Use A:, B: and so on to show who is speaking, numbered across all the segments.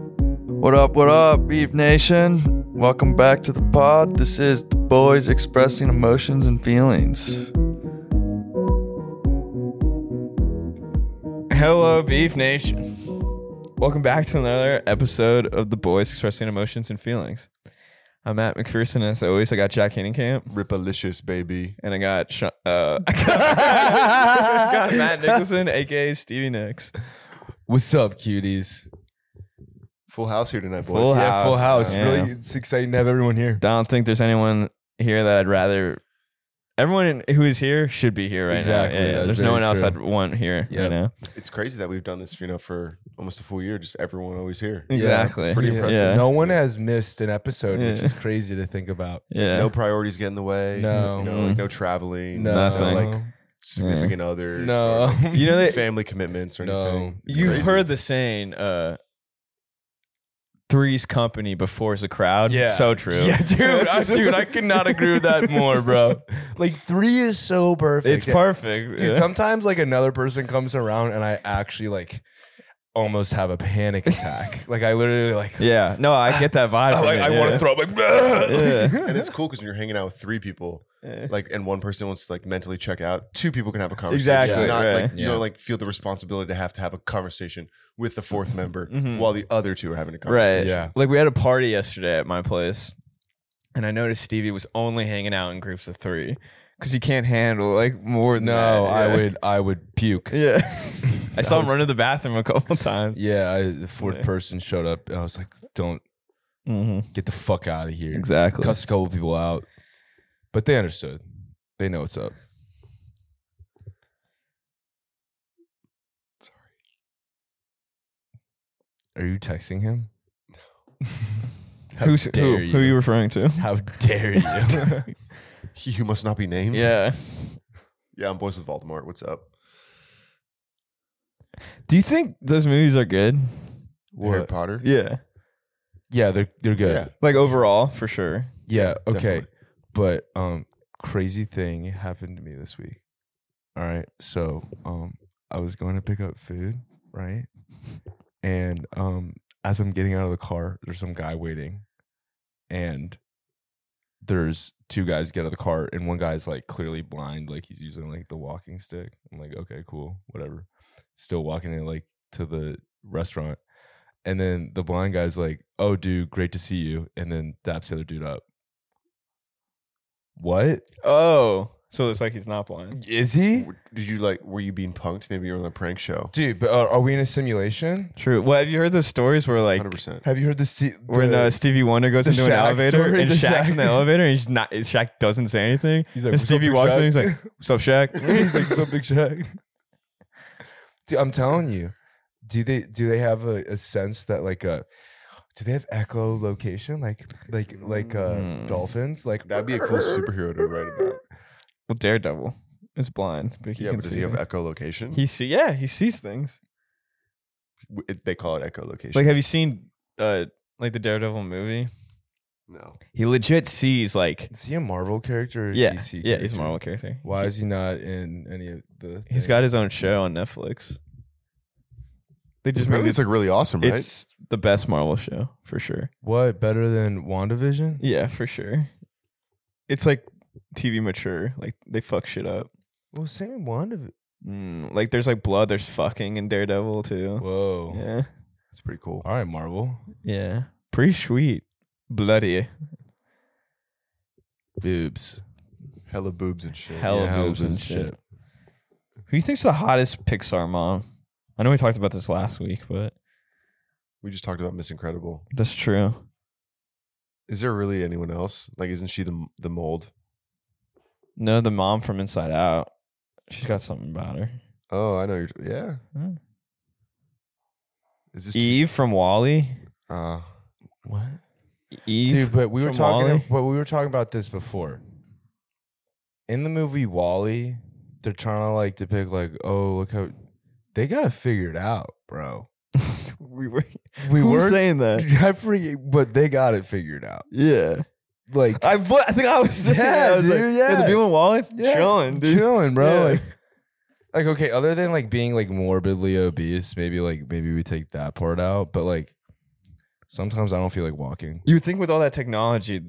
A: What up, what up, Beef Nation? Welcome back to the pod. This is the boys expressing emotions and feelings.
B: Hello, Beef Nation. Welcome back to another episode of The Boys Expressing Emotions and Feelings. I'm Matt McPherson. As always, I got Jack Hanningcamp
C: Ripalicious, baby.
B: and I got, Sha- uh, I got, Matt Nicholson, aka Stevie Nicks.
D: What's up, cuties?
C: Full house here tonight, boys.
B: Full Yeah, house.
D: Full house.
B: Yeah.
D: Really, it's exciting to have everyone here.
B: Don't think there's anyone here that I'd rather. Everyone who is here should be here right
D: Exactly,
B: now. Yeah, Yeah,
D: that's
B: there's no
D: very
B: one else
D: true.
B: I'd want here
D: Yep.
B: right now.
C: It's crazy that we've done this, you know, for almost a full year. Just everyone always here.
B: Exactly.
C: It's pretty
D: Yeah.
C: impressive.
B: Yeah.
D: No one has missed an episode, which
B: Yeah.
D: is crazy to think about.
B: Yeah.
C: No priorities get in the way.
D: No.
C: you know, like
B: Mm-hmm.
C: no traveling.
D: No,
B: Nothing.
C: like significant others.
D: no.
C: or,
B: You know
C: like,
B: that
C: family commitments or
D: No.
C: anything. It's
B: You've
C: crazy.
B: heard the saying, uh, three's company before the crowd.
D: Yeah.
B: So true.
D: Yeah, dude, I, dude, I could not agree with that more, bro. Like three is so perfect.
B: It's perfect.
D: Dude,
B: yeah.
D: sometimes like another person comes around and I actually like almost have a panic attack. like I literally like,
B: Yeah. No, I get that vibe.
D: I,
B: from
D: like,
B: it,
D: I
B: yeah.
D: want to throw up. Like,
B: Yeah.
C: And it's cool because when you're hanging out with three people, like, and one person wants to like mentally check out, two people can have a conversation.
B: Exactly,
C: Not
B: right.
C: like you
D: Yeah.
C: know, like feel the responsibility to have to have a conversation with the fourth member
B: Mhm.
C: while the other two are having a
B: Right.
C: conversation.
D: Yeah.
B: Like we had a party yesterday at my place, and I noticed Stevie was only hanging out in groups of three because he can't handle like more than
D: No,
B: that,
D: I
B: yeah.
D: would, I would puke.
B: Yeah. I saw him run to the bathroom a couple times.
D: Yeah, I, the fourth
B: Yeah.
D: person showed up, and I was like, "Don't
B: Mm-hmm.
D: get the fuck out of here."
B: Exactly.
D: Cussed a couple people out, but they understood. They know what's up. Sorry. Are you texting him? How
B: Who's, who,
D: dare
B: who are you referring to?
D: How dare you?
C: He who must not be named.
B: yeah.
C: Yeah, I'm boys with Voldemort. What's up?
B: Do you think those movies are good?
C: The Harry Potter.
B: Yeah.
D: yeah, they're they're good.
B: Like overall, for sure.
D: Yeah, okay.
C: definitely.
D: But um crazy thing happened to me this week. All right. So, um I was going to pick up food, right? And um as I'm getting out of the car, there's some guy waiting. And there's two guys get out of the car and one guy's like clearly blind, like he's using like the walking stick. I'm like, "Okay, cool. Whatever." Still walking in like to the restaurant. And then the blind guy's like, "Oh, dude, great to see you." And then daps the other dude up. What
B: Oh. So it's like he's not blind.
D: is he,
C: W- Did you like? Were you being punked? Maybe you were on a prank show.
D: dude? But uh, are, are we in a simulation?
B: True. Well, have you heard those stories where like
C: Hundred percent.
D: Have you heard the, se-
B: when
D: the-
B: uh, Stevie Wonder goes
D: the
B: into an
D: Shaq
B: elevator
D: story,
B: and
D: the
B: Shaq's
D: Shaq-
B: in the elevator and he's not, and Shaq doesn't say anything.
D: He's
B: and
D: like, "What's up,
B: Stevie
D: Big
B: walks in
D: Shaq?"
B: and he's like, "What's up, Shaq?"
D: he's like so big Shaq. Dude, I'm telling you, do they do they have a, a sense that like a do they have echolocation like like like uh
B: Mm.
D: dolphins like
C: That'd be a cool superhero to write about.
B: well, Daredevil is blind, but he
C: yeah,
B: can
C: but does
B: see.
C: he have
B: things.
C: echolocation?
B: he see. Yeah, he sees things.
C: W- it- they call it echolocation.
B: Like, have you seen uh like the Daredevil movie?
C: no,
B: He legit sees like.
D: Is he a Marvel character? Or a
B: Yeah,
D: DC
B: yeah, he's a
D: character?
B: Marvel character.
D: Why is he not in any of the?
B: He's
D: things?
B: got his own show on Netflix. They just made
C: Apparently
B: it
C: it's like really awesome, right?
B: It's the best Marvel show for sure.
D: what better than WandaVision?
B: Yeah, for sure. It's like TV mature. Like they fuck shit up.
D: Well, same WandaVision.
B: Mm, like there's like blood. There's fucking in Daredevil too.
D: Whoa!
B: Uh-huh. Yeah,
C: That's pretty cool.
D: All right, Marvel,
B: yeah. Pretty sweet. Bloody
D: boobs,
C: Hella boobs and shit.
B: hell
D: Yeah,
B: boobs and shit. Who you think's the hottest Pixar mom? I know we talked about this last week, but
C: We just talked about Miss Incredible.
B: that's true.
C: Is there really anyone else? Like, isn't she the m- the mold?
B: No, the mom from Inside Out. She's got something about her.
C: Oh, I know. You're, yeah.
B: Hmm.
D: E
C: Is this
B: Eve from Wally.
C: Uh,
D: What?
B: Eve,
D: Dude, but we were
B: from
D: talking.
B: Wall-E?
D: But we were talking about this before. In the movie Wally, they're trying to like depict like, oh, look how they got to figure it out, bro.
B: we were
D: We
B: who
D: were
B: was saying that.
D: I forget, but they got it figured out.
B: Yeah.
D: Like
B: I, vo- I think I was saying that.
D: Yeah,
B: I was like,
D: dude,
B: the
D: yeah.
B: people in Wally, chilling, dude.
D: chilling, bro.
B: Yeah.
D: Like, like okay, other than like being like morbidly obese, maybe like maybe we take that part out, but like Sometimes I don't feel like walking.
B: You would think with all that technology,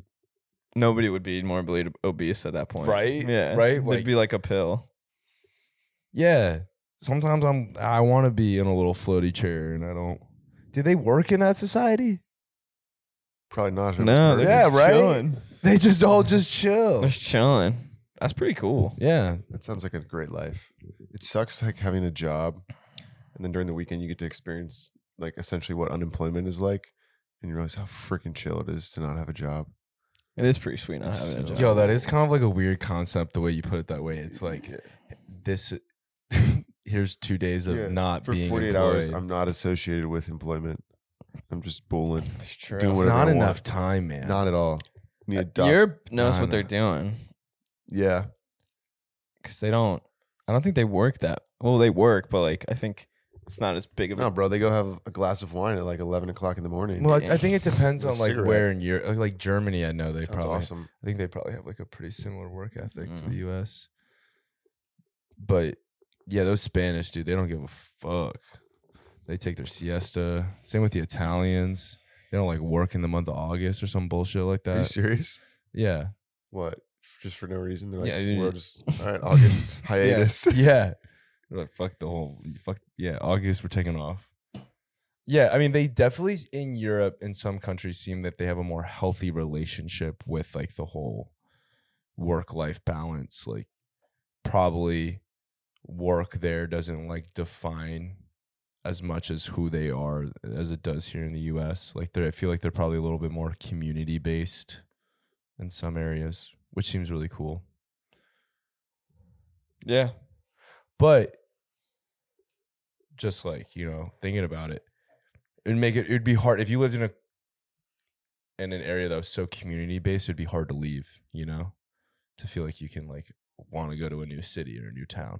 B: nobody would be morbidly obese at that point,
D: Right?
B: Yeah,
D: Right?
B: It'd
D: Like-
B: be like a pill.
D: Yeah. Sometimes I'm I want to be in a little floaty chair and I don't. Do they work in that society?
C: Probably not.
B: No, they're
D: Yeah,
B: just
D: right?
B: chilling.
D: They just all just chill.
B: Just chilling. That's pretty cool.
D: Yeah.
C: That sounds like a great life. It sucks like having a job, and then during the weekend you get to experience like essentially what unemployment is like, and you realize how freaking chill it is to not have a job.
B: It is pretty sweet not having a
C: So-
B: job.
D: Yo, that is kind of like a weird concept the way you put it that way. It's like this here's 2 days of
C: Yeah,
D: not
C: For
D: being
C: 48
D: employed.
C: hours, I'm not associated with employment. I'm just bulling.
B: It's true.
C: doing
D: it's
C: whatever I
D: not
C: want.
D: enough time, man.
C: Not at all.
D: Uh,
C: Need a doc-
B: Europe knows
D: Nah,
B: what they're
D: nah.
B: doing
C: yeah.
B: because they don't. I don't think they work that. Well, they work, but like I think it's not as big of a.
C: No, bro, they go have a glass of wine at like 11 o'clock in the morning.
D: well, I, I think it depends
C: With a
D: on like
C: cigarette.
D: where in Europe, like, like Germany. I know they
C: Sounds
D: probably
C: awesome.
D: I think they probably have like a pretty similar work ethic to
B: Mm.
D: the U.S. But yeah, those Spanish dude, they don't give a fuck. They take their siesta. Same with the Italians. They don't like work in the month of August or some bullshit like
C: Are you
D: that.
C: serious?
D: Yeah,
C: What? Just for no reason? They're like,
D: Yeah, you-
C: we're just, all right, August, hiatus.
D: yeah. They're like fuck the whole fuck. Yeah, August we're taking off. Yeah, I mean they definitely in Europe in some countries seem that they have a more healthy relationship with like the whole work life balance. Like probably work there doesn't like define as much as who they are as it does here in the US. Like they I feel like they're probably a little bit more community based in some areas, which seems really cool.
B: yeah,
D: But just like, you know, thinking about it, it'd make it it'd be hard if you lived in a in an area that was so community based, it'd be hard to leave, you know? To feel like you can like want to go to a new city or a new town.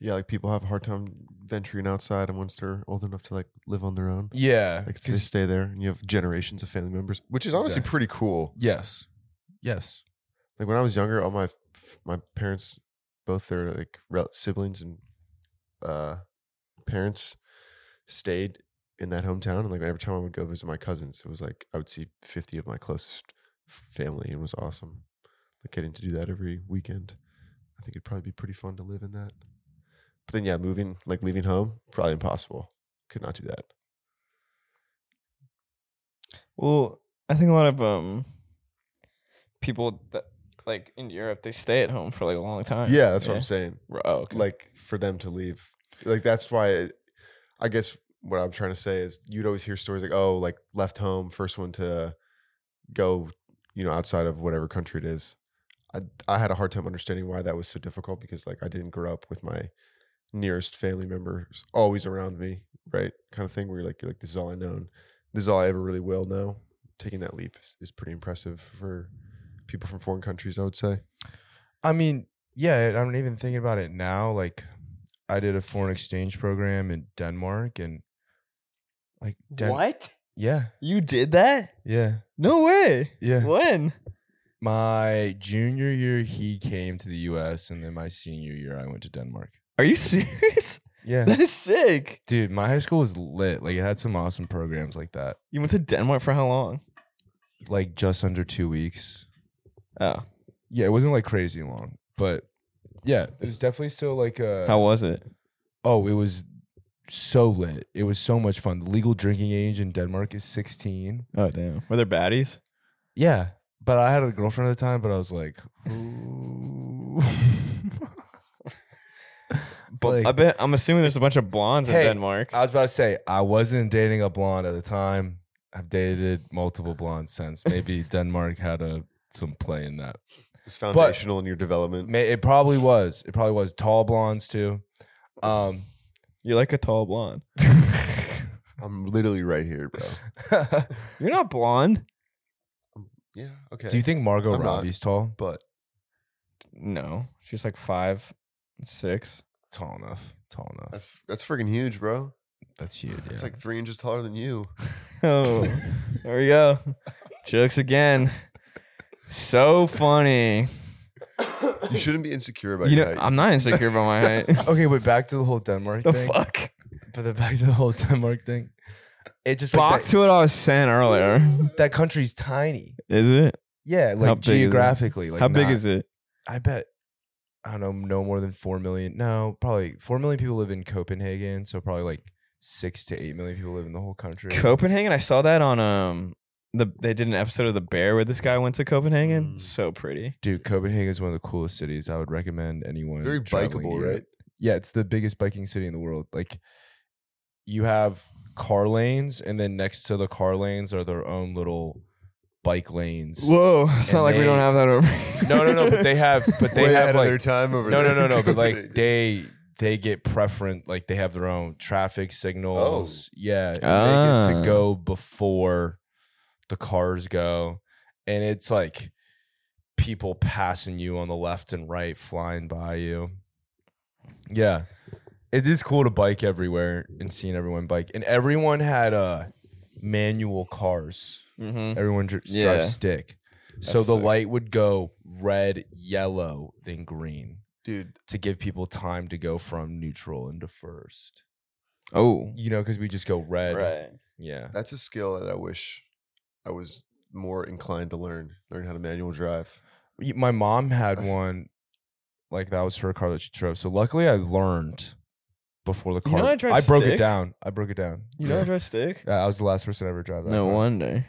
C: Yeah, like people have a hard time venturing outside, and once they're old enough to like live on their own,
D: Yeah.
C: like they stay there, and you have generations of family members, which is honestly
D: Exactly.
C: pretty cool.
D: yes. Yes.
C: Like when I was younger, all my my parents, both their like rel- siblings and uh, parents, stayed in that hometown, and like every time I would go visit my cousins, it was like I would see fifty of my closest family, and it was awesome. Like getting to do that every weekend, I think it'd probably be pretty fun to live in that. But then, yeah, moving like leaving home, probably impossible. Could not do that.
B: Well, I think a lot of um people that like in Europe they stay at home for like a long time.
C: Yeah, that's what I'm saying.
B: saying. Oh, okay.
C: Like for them to leave, like that's why. It, I guess what I'm trying to say is you'd always hear stories like, "Oh, like left home, first one to go, you know, outside of whatever country it is." I I had a hard time understanding why that was so difficult because like I didn't grow up with my nearest family members always around me, right? Kind of thing where you're like, you're like, this is all I know. This is all I ever really will know. Taking that leap is, is pretty impressive for people from foreign countries, I would say.
D: I mean, yeah, I'm even thinking about it now. Like, I did a foreign exchange program in Denmark, and like, Den-
B: what?
D: Yeah,
B: You did that?
D: yeah,
B: No way.
D: yeah.
B: When?
D: My junior year, he came to the U.S., and then my senior year, I went to Denmark.
B: Are you serious?
D: Yeah,
B: That is sick.
D: dude, my high school was lit. Like, it had some awesome programs like that.
B: You went to Denmark for how long?
D: Like, just under two weeks.
B: Oh,
D: Yeah, it wasn't like crazy long, but yeah, it was definitely still like a.
B: how was it?
D: Oh, it was so lit. It was so much fun. The legal drinking age in Denmark is 16.
B: Oh damn. Were there baddies?
D: Yeah. But I had a girlfriend at the time, but I was like,
B: But
D: like-
B: I bet I'm assuming there's a bunch of blondes
D: Hey, uh,
B: in Denmark.
D: I was about to say, I wasn't dating a blonde at the time. I've dated multiple blondes since. Maybe Denmark had a some play in that.
C: It's foundational in your development.
D: May- It probably was. It probably was tall blondes too. Um,
B: You're like a tall blonde.
C: I'm literally right here, bro.
D: do
B: You're not blonde.
C: Yeah. Okay.
D: you think Margot
C: I'm not.
D: Robbie's tall?
C: But
B: No, she's like five, six.
D: Tall enough. Tall enough.
C: that's that's freaking huge, bro.
D: That's huge.
C: It's
D: yeah.
C: like three inches taller than you.
B: Oh, there we go. Jokes again. So funny.
C: You shouldn't be insecure about
B: You
C: your
B: know,
C: height.
B: I'm not insecure about my height.
D: okay, but back to the whole Denmark
B: the
D: thing.
B: fuck?
D: But then back to the whole Denmark thing. It's just
B: Back
D: like that,
B: to what I was saying earlier.
D: that country's tiny.
B: Is it?
D: Yeah,
B: How
D: like
B: big is it?
D: geographically. Like
B: How big
D: not-
B: is it?
D: I bet I don't know, no more than four million. No, probably four million people live in Copenhagen, so probably like six to eight million people live in the whole country.
B: Copenhagen. I saw that on um the they did an episode of The Bear where this guy went to Copenhagen.
A: Mm.
B: So pretty.
D: Dude, Copenhagen is one of the coolest cities. I would recommend anyone.
C: Very
D: traveling to
C: bikeable,
D: Europe.
C: right?
D: Yeah, it's the biggest biking city in the world. Like, you have car lanes, and then next to the car lanes are their own little bike lanes.
B: Whoa! It's
D: And
B: not like we don't
D: they-
B: have that over.
D: No, no, no. But they have, but they
C: Way
D: have
C: ahead of
D: like
C: their time over
D: no,
C: there.
D: no, no, no. But like they they get preference, like they have their own traffic signals.
B: Oh.
D: Yeah, they get
B: Ah.
D: to go before the cars go, and it's like people passing you on the left and right, flying by you. Yeah, it is cool to bike everywhere and seeing everyone bike, and everyone had uh manual cars.
B: Mm-hmm.
D: Everyone dri- drives
B: Yeah.
D: stick. So
B: That's
D: the
B: sick.
D: light would go red, yellow, then green
C: dude.
D: to give people time to go from neutral into first.
B: Oh,
D: You know, because we just go red.
B: right.
D: Yeah.
C: That's a skill that I wish I was more inclined to learn. Learn how to manual drive.
D: Y- My mom had one, like that was her car that she drove. So luckily I learned before the
B: You know
D: car.
B: I drive
D: broke it
B: stick?
D: down. I broke it down.
B: You know, I drive stick.
D: Yeah, I was the last person to ever drive that.
B: No
D: car.
B: wonder.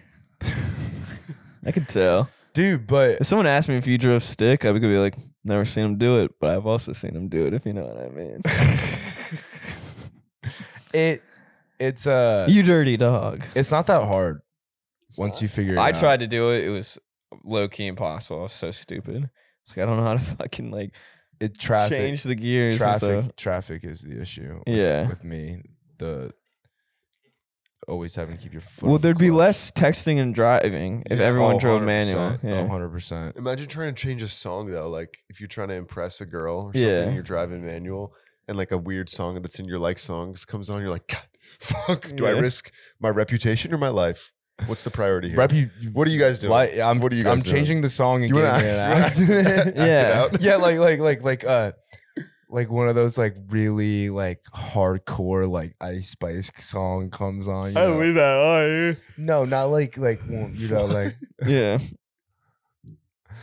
B: I could tell.
D: Dude, but
B: If someone asked me if you drove stick, I would be like, never seen him do it, but I've also seen him do it, if you know what I mean.
D: it it's uh
B: you dirty dog.
D: it's not that hard once you figure it
B: I
D: out.
B: tried to do it. It was low key impossible. I was so stupid. It's like I don't know how to fucking like
D: it traffic
B: change the gears. and stuff.
D: traffic traffic is the issue. with-
B: Yeah.
D: With me. The always having to keep your foot.
B: Well,
D: on the
B: there'd be
D: clutch.
B: less texting and driving if
D: Yeah.
B: everyone
D: Oh,
B: drove
D: 100%.
B: manual. Yeah.
D: Oh, 100%.
C: Imagine trying to change a song though. Like if you're trying to impress a girl or something,
B: Yeah.
C: and you're driving manual, and like a weird song that's in your like songs comes on. You're like, God, fuck. Do I
B: Yeah.
C: risk my reputation or my life? What's the priority here?
D: Repu-
C: what are you guys doing?
D: Like, I'm,
C: What are you guys
D: I'm
C: doing?
D: changing the song and
C: You wanna-
D: getting in
C: you
D: an
C: wanna-
D: accident.
C: Act it
B: Yeah.
C: out?
D: yeah, like like like like uh like one of those like really like hardcore like Ice Spice song comes on. You know?
B: that
D: No, not like like you know like
B: Yeah.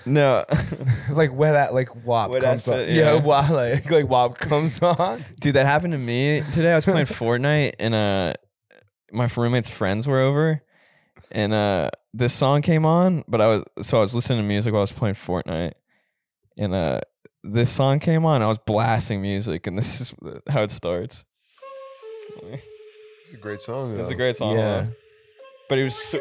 B: No,
D: like wet at like WAP
B: Wet
D: comes
B: Ass
D: on.
B: Fit,
D: yeah,
B: yeah.
D: WAP like like WAP comes on.
B: dude, that happened to me today. I was playing Fortnite and uh, my roommate's friends were over, and uh, this song came on. But I was so I was listening to music while I was playing Fortnite, and uh, this song came on. I was blasting music, and this is how it starts.
C: It's a great song.
B: It's a
C: though.
B: great song,
D: Yeah.
B: but it was. So-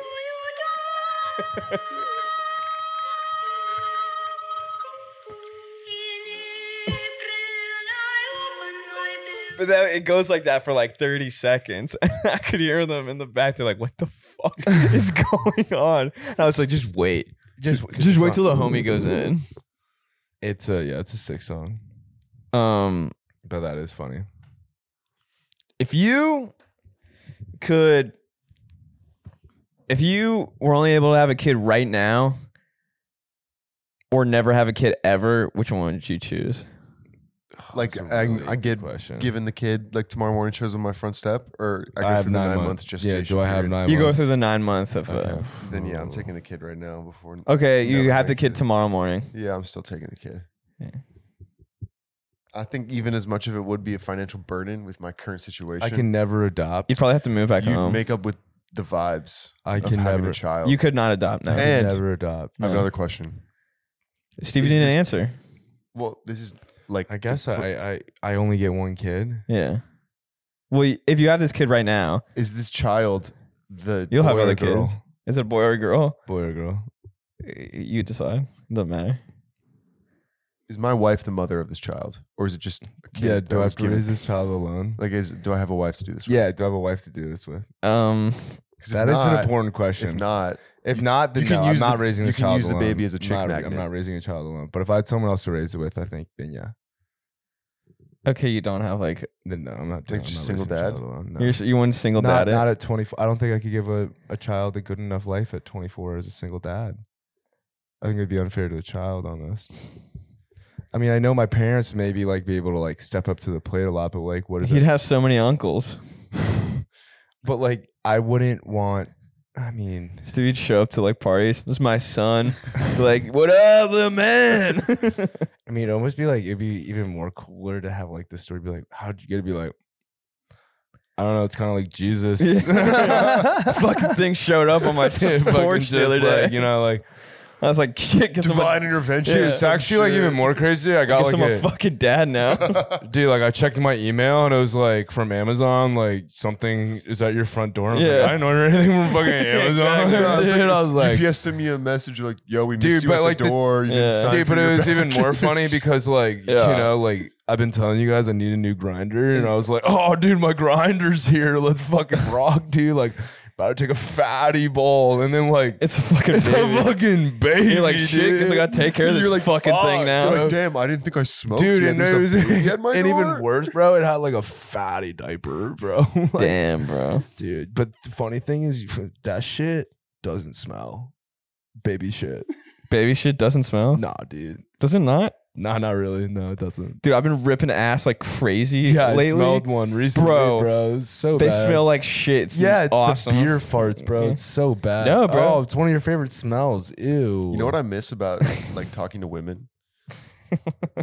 B: But then it goes like that for like 30 seconds. And I could hear them in the back. They're like, what the fuck is going on? And I was like, just wait.
D: Just
B: Just wait till the homie goes in.
D: It's a yeah, it's a sick song.
B: Um,
D: But that is funny.
B: if you could, if you were only able to have a kid right now or never have a kid ever, which one would you choose?
C: Like
D: That's a
C: I,
D: really
C: I
D: good
C: get
D: question.
C: given the kid like tomorrow morning shows on my front step, or I go
D: I have
C: through the
D: nine
C: nine
D: month-
C: month gestation.
D: Yeah, do I have
C: period.
D: nine?
B: you go
D: months?
B: through the nine month of.
D: Okay.
B: Uh,
C: Then yeah, I'm taking the kid right now before.
B: okay, you
C: Never
B: have the
C: actually.
B: kid tomorrow morning.
C: Yeah, I'm still taking the kid.
B: Yeah.
C: I think even as much of it would be a financial burden with my current situation.
D: I can never adopt.
B: You'd probably have to move back
C: you
B: home.
C: make up with the vibes.
D: I
C: of
D: can
C: having
D: never.
C: a child.
B: you could not adopt now.
D: I can
C: And-
D: never adopt.
C: I have another question.
B: Steve
C: Is
B: didn't
C: this-
B: answer.
C: Well, this is like
D: I guess I, I I only get one kid.
B: Yeah. Well, y- if you have this kid right now,
C: is this child the
B: you'll have
D: Boy or
B: other
D: girl?
B: kids. Is it a boy or a girl?
D: Boy or girl?
B: Y- You decide. Doesn't matter.
C: is my wife the mother of this child or is it just a kid
D: yeah.
C: that
D: Do I
C: was given-
D: raise this child alone?
C: like is do I have a wife to do this? with?
D: Yeah. Do I have a wife to do this with?
B: Um,
C: 'Cause if
D: That is an
C: not-
D: important question.
C: If not,
D: If not, then
C: you can
D: no,
C: use
D: I'm not
C: the-
D: raising
C: you
D: this
C: can
D: child
C: use the
D: alone.
C: baby as a chick
D: I'm not, I'm
C: magnet.
D: not raising a child alone. But if I had someone else to raise it with, I think then yeah.
B: okay, you don't have like
D: Then no, I'm not doing.
C: Like
D: I'm
C: just
D: not
C: single
D: raising a
C: dad?
D: child alone, no.
B: you're s- you one single
D: not,
B: dad. it.
D: not at 24. I don't think I could give a, a child a good enough life at 24 as a single dad. I think it'd be unfair to the child almost. I mean, I know my parents maybe like be able to like step up to the plate a lot, but like, what is
B: He'd
D: it?
B: have so many uncles.
D: but like I wouldn't want. I mean,
B: Steve, you'd show up to like parties. It's my son. Be like, what up, little man?
D: I mean, it'd almost be like it'd be even more cooler to have like this story. Be like, how'd you get to be like? I don't know. It's kind of like Jesus.
B: Fucking thing showed up on my
D: Fucking
B: porch
D: just,
B: the other day.
D: like, you know, like
B: I was like, shit, guess I'm a,
C: Divine intervention.
D: dude, it's actually like even more crazy. I got
B: guess
D: like
B: I'm a
D: a-
B: fucking dad now.
D: dude, like I checked my email and it was like from Amazon, like something is at your front door. And I was
B: Yeah.
D: like, I didn't order anything from fucking Amazon.
B: Exactly.
D: dude,
C: No, it's like
D: I
C: this-
D: was like,
C: UPS sent me a message like, "Yo, we missed
D: Dude,
C: you
D: but
C: at
D: like
C: the
D: the-
C: door. you
B: Yeah.
C: didn't sign
D: dude,
C: for
D: but
C: your
D: it was
C: back."
D: even more funny because like
B: Yeah.
D: you know, like I've been telling you guys I need a new grinder, and I was like, oh, dude, my grinder's here. Let's fucking rock, dude. Like about to take a fatty ball, and then like
B: It's a fucking
D: it's
B: baby.
D: a fucking baby.
B: You're like, shit, guess I
D: dude."
B: gotta take care of this
C: You're like,
B: fucking thing
C: "Fuck."
B: now.
C: You're like, damn, I didn't think I smoked.
D: Dude,
C: yet.
D: and,
C: There's
D: it
C: a
D: was,
C: baby at my
D: and
C: door?"
D: even worse, bro, it had like a fatty diaper, bro. Like,
B: Damn, bro.
D: dude. But the funny thing is, you- that shit doesn't smell. Baby shit.
B: Baby shit doesn't smell.
D: Nah, dude.
B: Does it not?
D: Nah, not really. No, it doesn't.
B: Dude, I've been ripping ass like crazy
D: Yeah, I
B: lately.
D: smelled one recently,
B: Bro.
D: bro. It was so
B: they
D: bad.
B: smell like shit. It's
D: yeah, it's
B: awesome.
D: the beer farts, bro. It's so bad.
B: No, bro.
D: Oh, it's one of your favorite smells. Ew.
C: You know what I miss about like talking to women?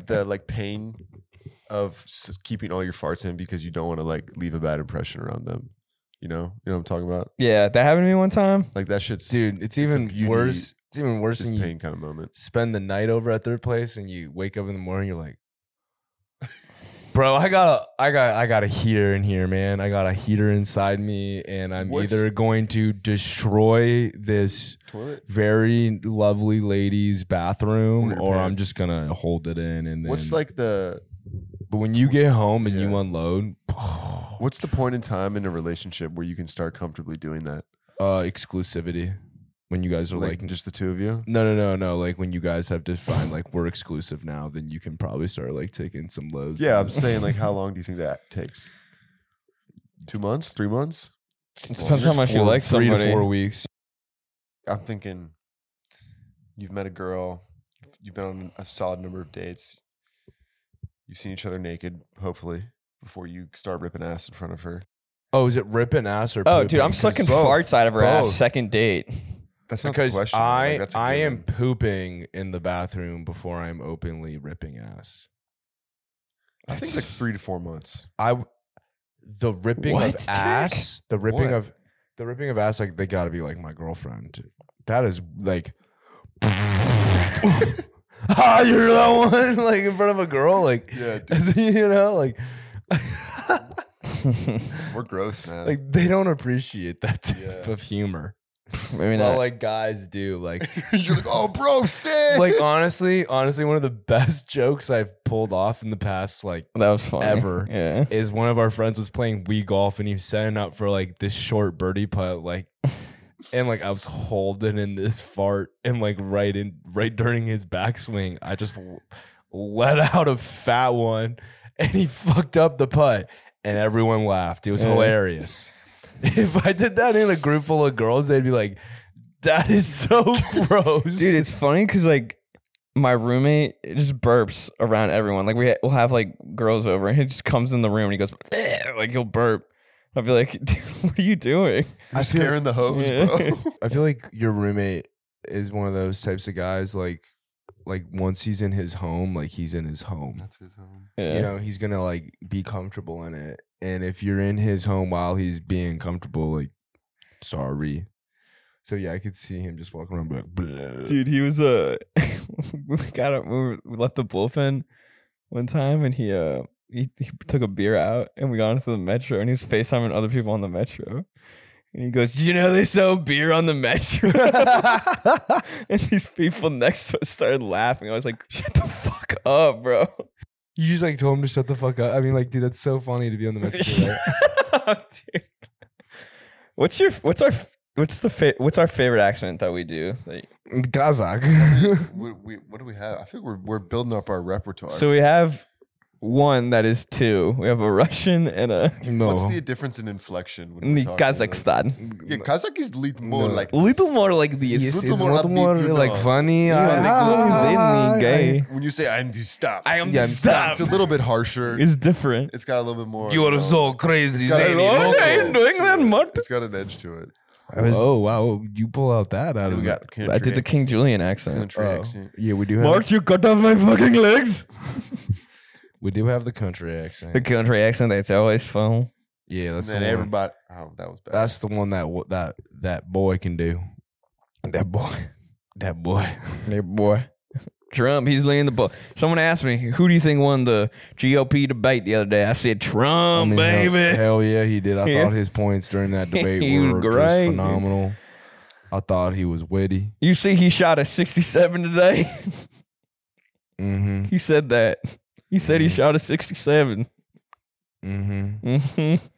C: the like pain of s- keeping all your farts in because you don't want to like leave a bad impression around them. You know, you know what I'm talking about?
B: Yeah, that happened to me one time.
C: Like that shit's
D: dude? It's
C: a
D: even
C: beauty-
D: worse. It's even worse
C: just
D: than you
C: pain kind of moment.
D: spend the night over at their place and you wake up in the morning you're like bro i got a i got i got a heater in here man i got a heater inside me and i'm
C: What's-
D: either going to destroy this
C: Toilet.
D: very lovely lady's
C: Or
D: bathroom
C: your
D: or i'm
C: pants.
D: just gonna hold it in and then
C: What's like the
D: but when you get home and you
C: Yeah.
D: unload
C: what's the point in time in a relationship where you can start comfortably doing that?
D: uh exclusivity when you guys are like,
C: just the two of you?
D: no no no no like when you guys have defined like we're exclusive now then you can probably start like taking some loads
C: Yeah,
D: and-
C: I'm saying like how long do you think that takes? Two months, three months?
B: It depends how much you like
D: three
B: somebody.
D: to four weeks.
C: I'm thinking you've met a girl, you've been on a solid number of dates, you've seen each other naked, hopefully, before you start ripping ass in front of her.
D: Oh, is it ripping ass or?
B: Oh, dude, I'm
D: sucking
B: sucking farts out of her ass.
C: Both.
B: Second date.
C: That's not
D: because
C: the question.
D: I
C: like, that's a
D: I am
C: given.
D: pooping in the bathroom before I'm openly ripping ass.
C: I think like three to four months.
D: I w- the ripping
B: What?
D: of ass, the ripping
C: What?
D: of the ripping of ass. Like they got to be like my girlfriend. That is like. ah, you're that one like in front of a girl, like
C: Yeah,
D: you know, like
C: We're gross, man.
D: like they don't appreciate that type
C: Yeah.
D: of humor.
B: Maybe
D: Well,
B: not.
D: like guys do, like
C: You're like, oh, bro, sick.
D: like honestly, honestly, one of the best jokes I've pulled off in the past like
B: that was fun.
D: ever.
B: Yeah.
D: is one of our friends was playing Wii golf and he was setting up for like this short birdie putt, like and like I was holding in this fart and like right in right during his backswing, I just l- let out a fat one and he fucked up the putt and everyone laughed. It was
B: Yeah.
D: hilarious. If I did that in a group full of girls, they'd be like, that is so gross.
B: dude it's funny because like my roommate just burps around everyone like we ha- we'll have like girls over and he just comes in the room and he goes "Eh," like he'll burp i'll be like dude what are you doing
C: I'm scaring the hose,
B: Yeah.
C: bro.
D: I feel like your roommate is one of those types of guys like like once he's in his home, like he's in his home.
C: That's his
B: yeah
D: You know, he's gonna like be comfortable in it. And if you're in his home while he's being comfortable, like sorry. So yeah, I could see him just walking around and be like "Bleh."
B: dude he was uh we got up we, were- we left the bullpen one time and he uh he, he took a beer out and we got into the metro and he was facetiming other people on the metro and he goes, "Did you know they sell beer on the metro?" and these people next to us started laughing. I was like, "Shut the fuck up, bro!"
D: You just like told him to shut the fuck up. I mean, like, dude, that's so funny to be on the message. right?
B: Dude. what's your what's our what's the fa- what's our favorite accent that we do? Like-
D: Kazakh.
C: we, we, what do we have? I think we're, we're building up our repertoire.
B: so we have one that is two. We have a Russian and a
D: No.
C: What's the difference in inflection? when we're talking, like-
B: Kazakhstan.
C: Yeah, Kazakh is lit more like
B: Little more like this.
C: Yes,
D: it's
C: Little
D: more,
C: more
D: more
C: upbeat, you
D: like
C: know.
D: funny.
B: Yeah,
D: Ah,
B: like, who's in me,
D: I-
B: gay?
C: when you say I'm the stop.
B: I am
D: Yeah,
B: the
C: It's
B: sub.
C: a little bit harsher.
B: It's different.
C: It's got a little bit more.
D: You are
C: know,
D: so crazy,
C: it's got
D: Zany.
C: a little
D: Loco.
C: bit
B: I ain't
C: edge
B: doing
C: to
B: that
C: it.
B: much.
C: It's got an edge to it.
E: oh wow, you pull out that out
C: And
E: of
C: we
E: it.
C: got country
B: I did the King
C: acc-
B: Julian accent.
C: country
D: Oh.
C: accent.
E: Yeah, we do have
B: March, you cut off my fucking legs.
D: We do have the country accent.
B: The country accent that's always fun.
D: yeah,
C: And
D: that's
C: then
D: the one.
C: everybody. Oh, that was bad.
D: That's the one that w- that that boy can do. That boy. That boy.
B: Hey, boy. Trump, he's laying the ball. Someone asked me, who do you think won the GOP debate the other day? I said,
D: I
B: Trump,
D: mean, hell-
B: Um, baby.
D: Hell, yeah, he did. I
B: Yeah.
D: thought his points during that debate
B: He was
D: were
B: great.
D: just phenomenal. I thought he was witty.
B: You see, he shot a 67 today.
D: Mm-hmm.
B: he said that. He said he
D: Mhm.
B: shot a 67.
D: Mm-hmm.
B: Mhm.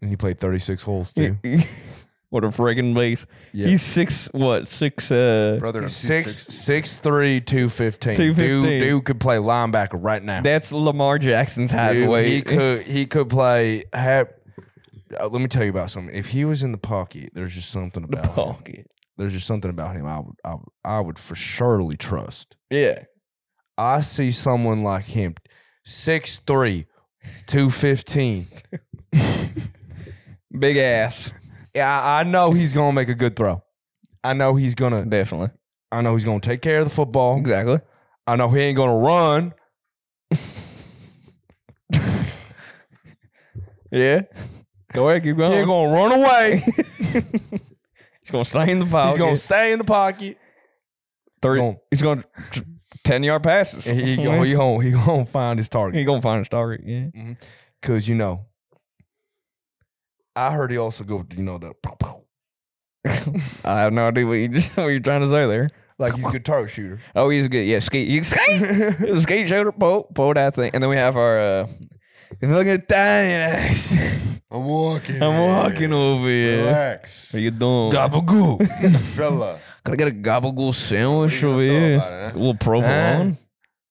D: And he played 36 holes too.
B: what a friggin' beast.
D: Yeah.
B: He's six, what, six, uh,
C: brother. I'm
D: Six
C: 260.
D: six three two fifteen. Dude,
B: 215.
D: dude could play linebacker right now.
B: that's Lamar Jackson's height and
D: Dude,
B: weight.
D: he could he could play. Have, uh, let me tell you about something. If he was in the pocket, there's just something
B: the
D: about him.
B: pocket.
D: There's just something about him. I would I would, I would for surely trust.
B: Yeah.
D: I see someone like him, 6'3", 215.
B: Big ass.
D: Yeah, I I know he's gonna make a good throw. I know he's gonna.
B: Definitely.
D: I know he's gonna take care of the football.
B: Exactly.
D: I know he ain't gonna run.
B: Yeah. Go ahead, keep going.
D: He ain't gonna run away.
B: He's gonna stay in the pocket.
D: He's gonna stay in the pocket.
B: Thirty-
D: gonna-
B: he's gonna t- ten yard passes.
D: And he, he, gonna, he, gonna, he gonna find his
B: He
D: target.
B: gonna find his target. Yeah.
D: Cause you know, I heard he also go. You know the pow, pow.
B: I have no idea what you just what you're trying to say there.
D: like he's a good target shooter.
B: Oh, he's good. Yeah, skate. You skate. He was a skate shooter. Pull, pull that thing. And then we have our. uh If I get tired,
C: I'm walking.
B: I'm
C: here.
B: walking over here.
C: Relax,
B: What you doing?
D: Gabagoo.
C: fella.
B: Can I get a gabagool sandwich
C: What
B: over
C: are you
B: here?
C: gonna throw
B: A
C: about it, huh? Oh,
B: little provolone.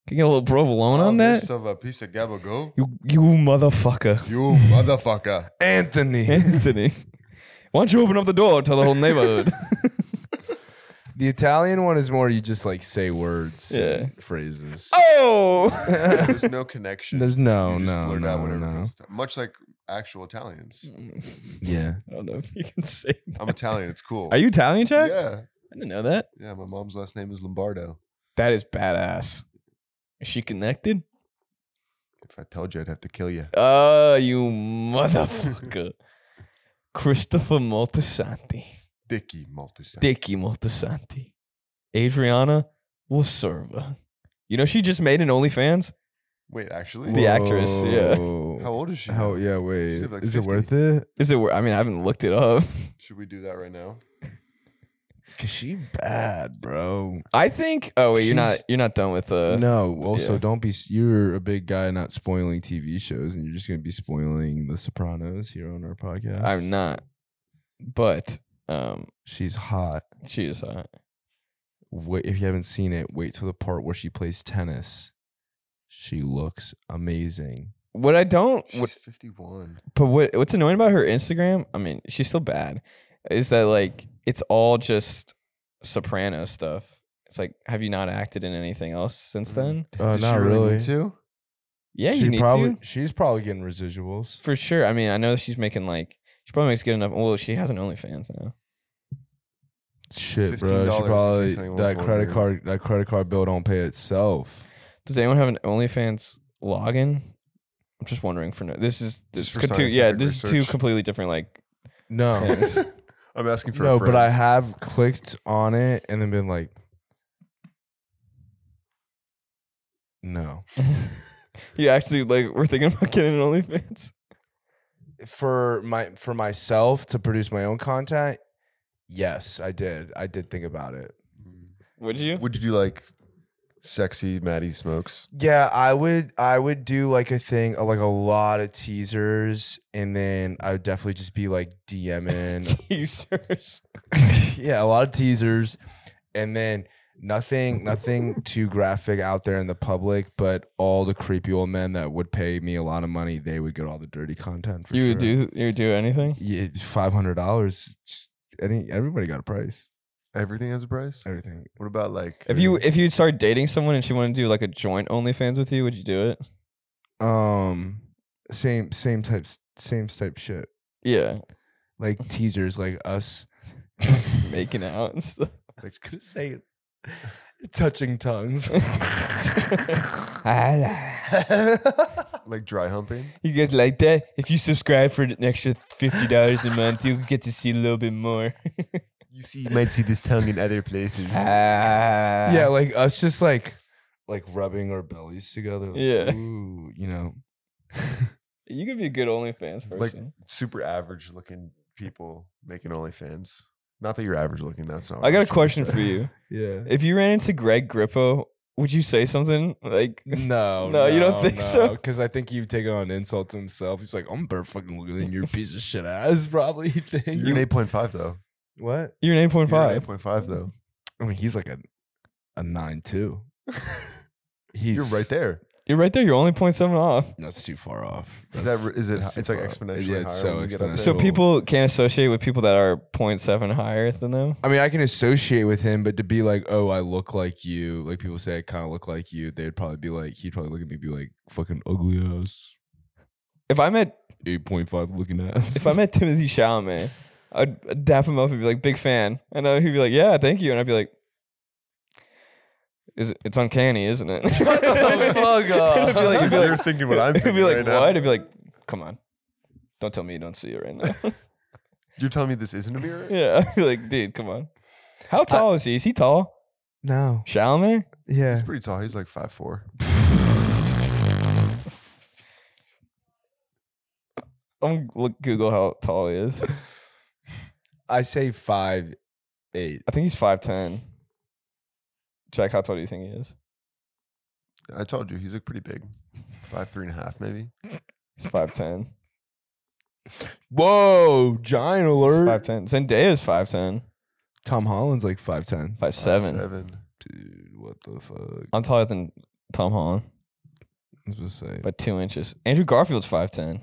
B: Can you get a little provolone on
C: Have
B: that?
C: yourself a piece of gabagool.
B: You you motherfucker,
C: You motherfucker.
D: Anthony,
B: Anthony. Why don't you open up the door to the whole neighborhood?
D: the Italian one is more you just like say words,
B: Yeah.
D: and phrases.
B: oh,
C: There's no connection.
D: There's no,
C: You just
D: no,
C: blurt
D: no,
C: out whatever
D: no.
C: comes to- Much like actual Italians.
D: Yeah,
B: I don't know if you can say. That.
C: I'm Italian. It's cool.
B: Are you Italian, Chad?
C: Yeah.
B: I didn't know that.
C: Yeah. My mom's last name is Lombardo.
B: That is badass. Is she connected?
C: If I told you, I'd have to kill you.
B: Oh, you motherfucker. Christopher Moltisanti.
C: Dicky Maltesan.
B: Dicky Moltisanti. Adriana Laserva. You know, she just made an OnlyFans.
C: Wait, actually?
B: The actress, yeah.
C: How old is she?
E: How,
C: now?
E: yeah, wait.
C: She's like
E: is it
C: 50.
E: worth it?
B: Is it, wor- I mean, I haven't looked it up.
C: Should we do that right now?
D: cause she bad, bro.
B: I think, oh, wait, you're not,
D: She's-
B: you're not done with, uh,
D: no, also
B: yeah.
D: don't be. s- You're a big guy, not spoiling TV shows, and you're just gonna be spoiling The Sopranos here on our podcast.
B: I'm not. But, um,
D: She's hot.
B: she is uh, hot.
D: Wait, if you haven't seen it, wait till the part where she plays tennis. She looks amazing.
B: What I don't,
C: She's
B: what,
C: 51.
B: but what what's annoying about her Instagram? I mean, she's still bad. Is that like it's all just Soprano stuff? It's like, have you not acted in anything else since
C: Mhm.
B: then?
D: Oh,
C: Does
D: not
C: she really,
D: really.
C: need to?
B: Yeah,
D: she
B: you need
D: probably,
B: to
D: She's probably getting residuals.
B: for sure. I mean, I know she's making like she probably makes good enough. Well, she has an OnlyFans now.
D: Shit,
C: $15
D: bro. She
C: in
D: probably
C: case anyone's
D: that credit
C: wondering.
D: card that credit card bill don't pay itself.
B: Does anyone have an OnlyFans login? I'm just wondering for no. This is this
C: Just for
B: could two, yeah.
C: scientific
B: This is two
C: research.
B: completely different. Like
D: No.
C: I'm asking for a
D: no, but
C: friend.
D: I have clicked on it and then been like, no.
B: you actually like we're thinking about getting an OnlyFans.
D: For my for myself to produce my own content, yes, I did. I did think about it.
B: Would you?
C: Would you do like sexy Maddie Smokes?
D: Yeah, I would. I would do like a thing, like a lot of teasers, and then I would definitely just be like DMing
B: Teasers.
D: yeah, a lot of teasers, and then Nothing, nothing too graphic out there in the public, but all the creepy old men that would pay me a lot of money, they would get all the dirty content. For
B: you
D: sure.
B: would do you would do anything?
D: yeah, five hundred dollars. Any everybody got a price.
C: Everything has a price.
D: Everything.
C: What about like
B: If you if you start dating someone and she wanted to do like a joint OnlyFans with you, would you do it?
D: Um, same same type same type shit.
B: Yeah,
D: Like teasers, like us.
B: making out and stuff.
C: like,
D: say touching tongues.
C: like dry humping?
B: You guys like that? If you subscribe for an extra fifty dollars a month, you'll get to see a little bit more.
C: You see, you might see this tongue in other places.
D: yeah, like us just like like rubbing our bellies together. like,
B: Yeah.
D: Ooh, you know.
B: you could be a good OnlyFans
C: Like-
B: person.
C: Super average looking people making OnlyFans. Not that you're average looking. oh, That's not. what
B: I got
C: I'm
B: a
C: trying to
B: question
C: say.
B: for you.
D: Yeah.
B: If you ran into Greg Grippo, would you say something like?
D: No,
B: No, you don't think so?
D: Because I think he'd take on an insult to himself. He's like, "I'm better fucking looking than your piece of shit ass." Probably he'd think.
C: You're an eight point five though.
D: what?
B: You're an eight point
C: Eight
B: five.
C: point five though.
D: I mean, he's like a a nine two. He's
C: You're right there.
B: You're right there. You're only 0.7 off.
D: That's too far off.
C: Is
D: That's-
C: that is it?
D: that's too
C: It's like
D: far off.
C: exponentially
D: Yeah, it's
C: higher
D: so
C: when you get up there.
D: exponential.
B: So people can't associate with people that are 0.7 higher than them.
D: I mean, I can associate with him, but to be like, oh, I look like you, like people say I kind of look like you, they'd probably be like, he'd probably look at me and be like, fucking ugly ass,
B: If I met
D: 8.5 looking ass.
B: if I met Timothy Chalamet, I'd dap him up and be like, "Big fan," and uh, he'd be like, "Yeah, thank you," and I'd be like, "Is it, it's uncanny, isn't it?" Shut
D: the fuck up.
B: I'd be like, I'd be
C: You're
B: like,
C: thinking what I'm
B: I'd
C: thinking
B: be like
C: right
B: "What?"
C: now.
B: I'd be like, "Come on, don't tell me you don't see it right now."
C: You're telling me this isn't a mirror?
B: yeah, I'd be like, "Dude, come on." How tall is he? Is he tall?
D: no.
B: Chalamet?
D: Yeah.
C: He's pretty tall. He's like five four.
B: I'm gonna look Google how tall he is.
D: I say five eight.
B: I think he's five ten. Jack, how tall do you think he is?
C: I told you he's like pretty big. Five three and a half maybe.
B: He's five ten.
D: Whoa, giant
B: He's
D: alert.
B: five ten. Zendaya's five ten.
D: Tom Holland's like 5'10.
B: Five
C: Five,
B: seven.
C: seven.
D: Dude, what the fuck?
B: I'm taller than Tom Holland
D: I was gonna say.
B: by two inches. Andrew Garfield's five ten.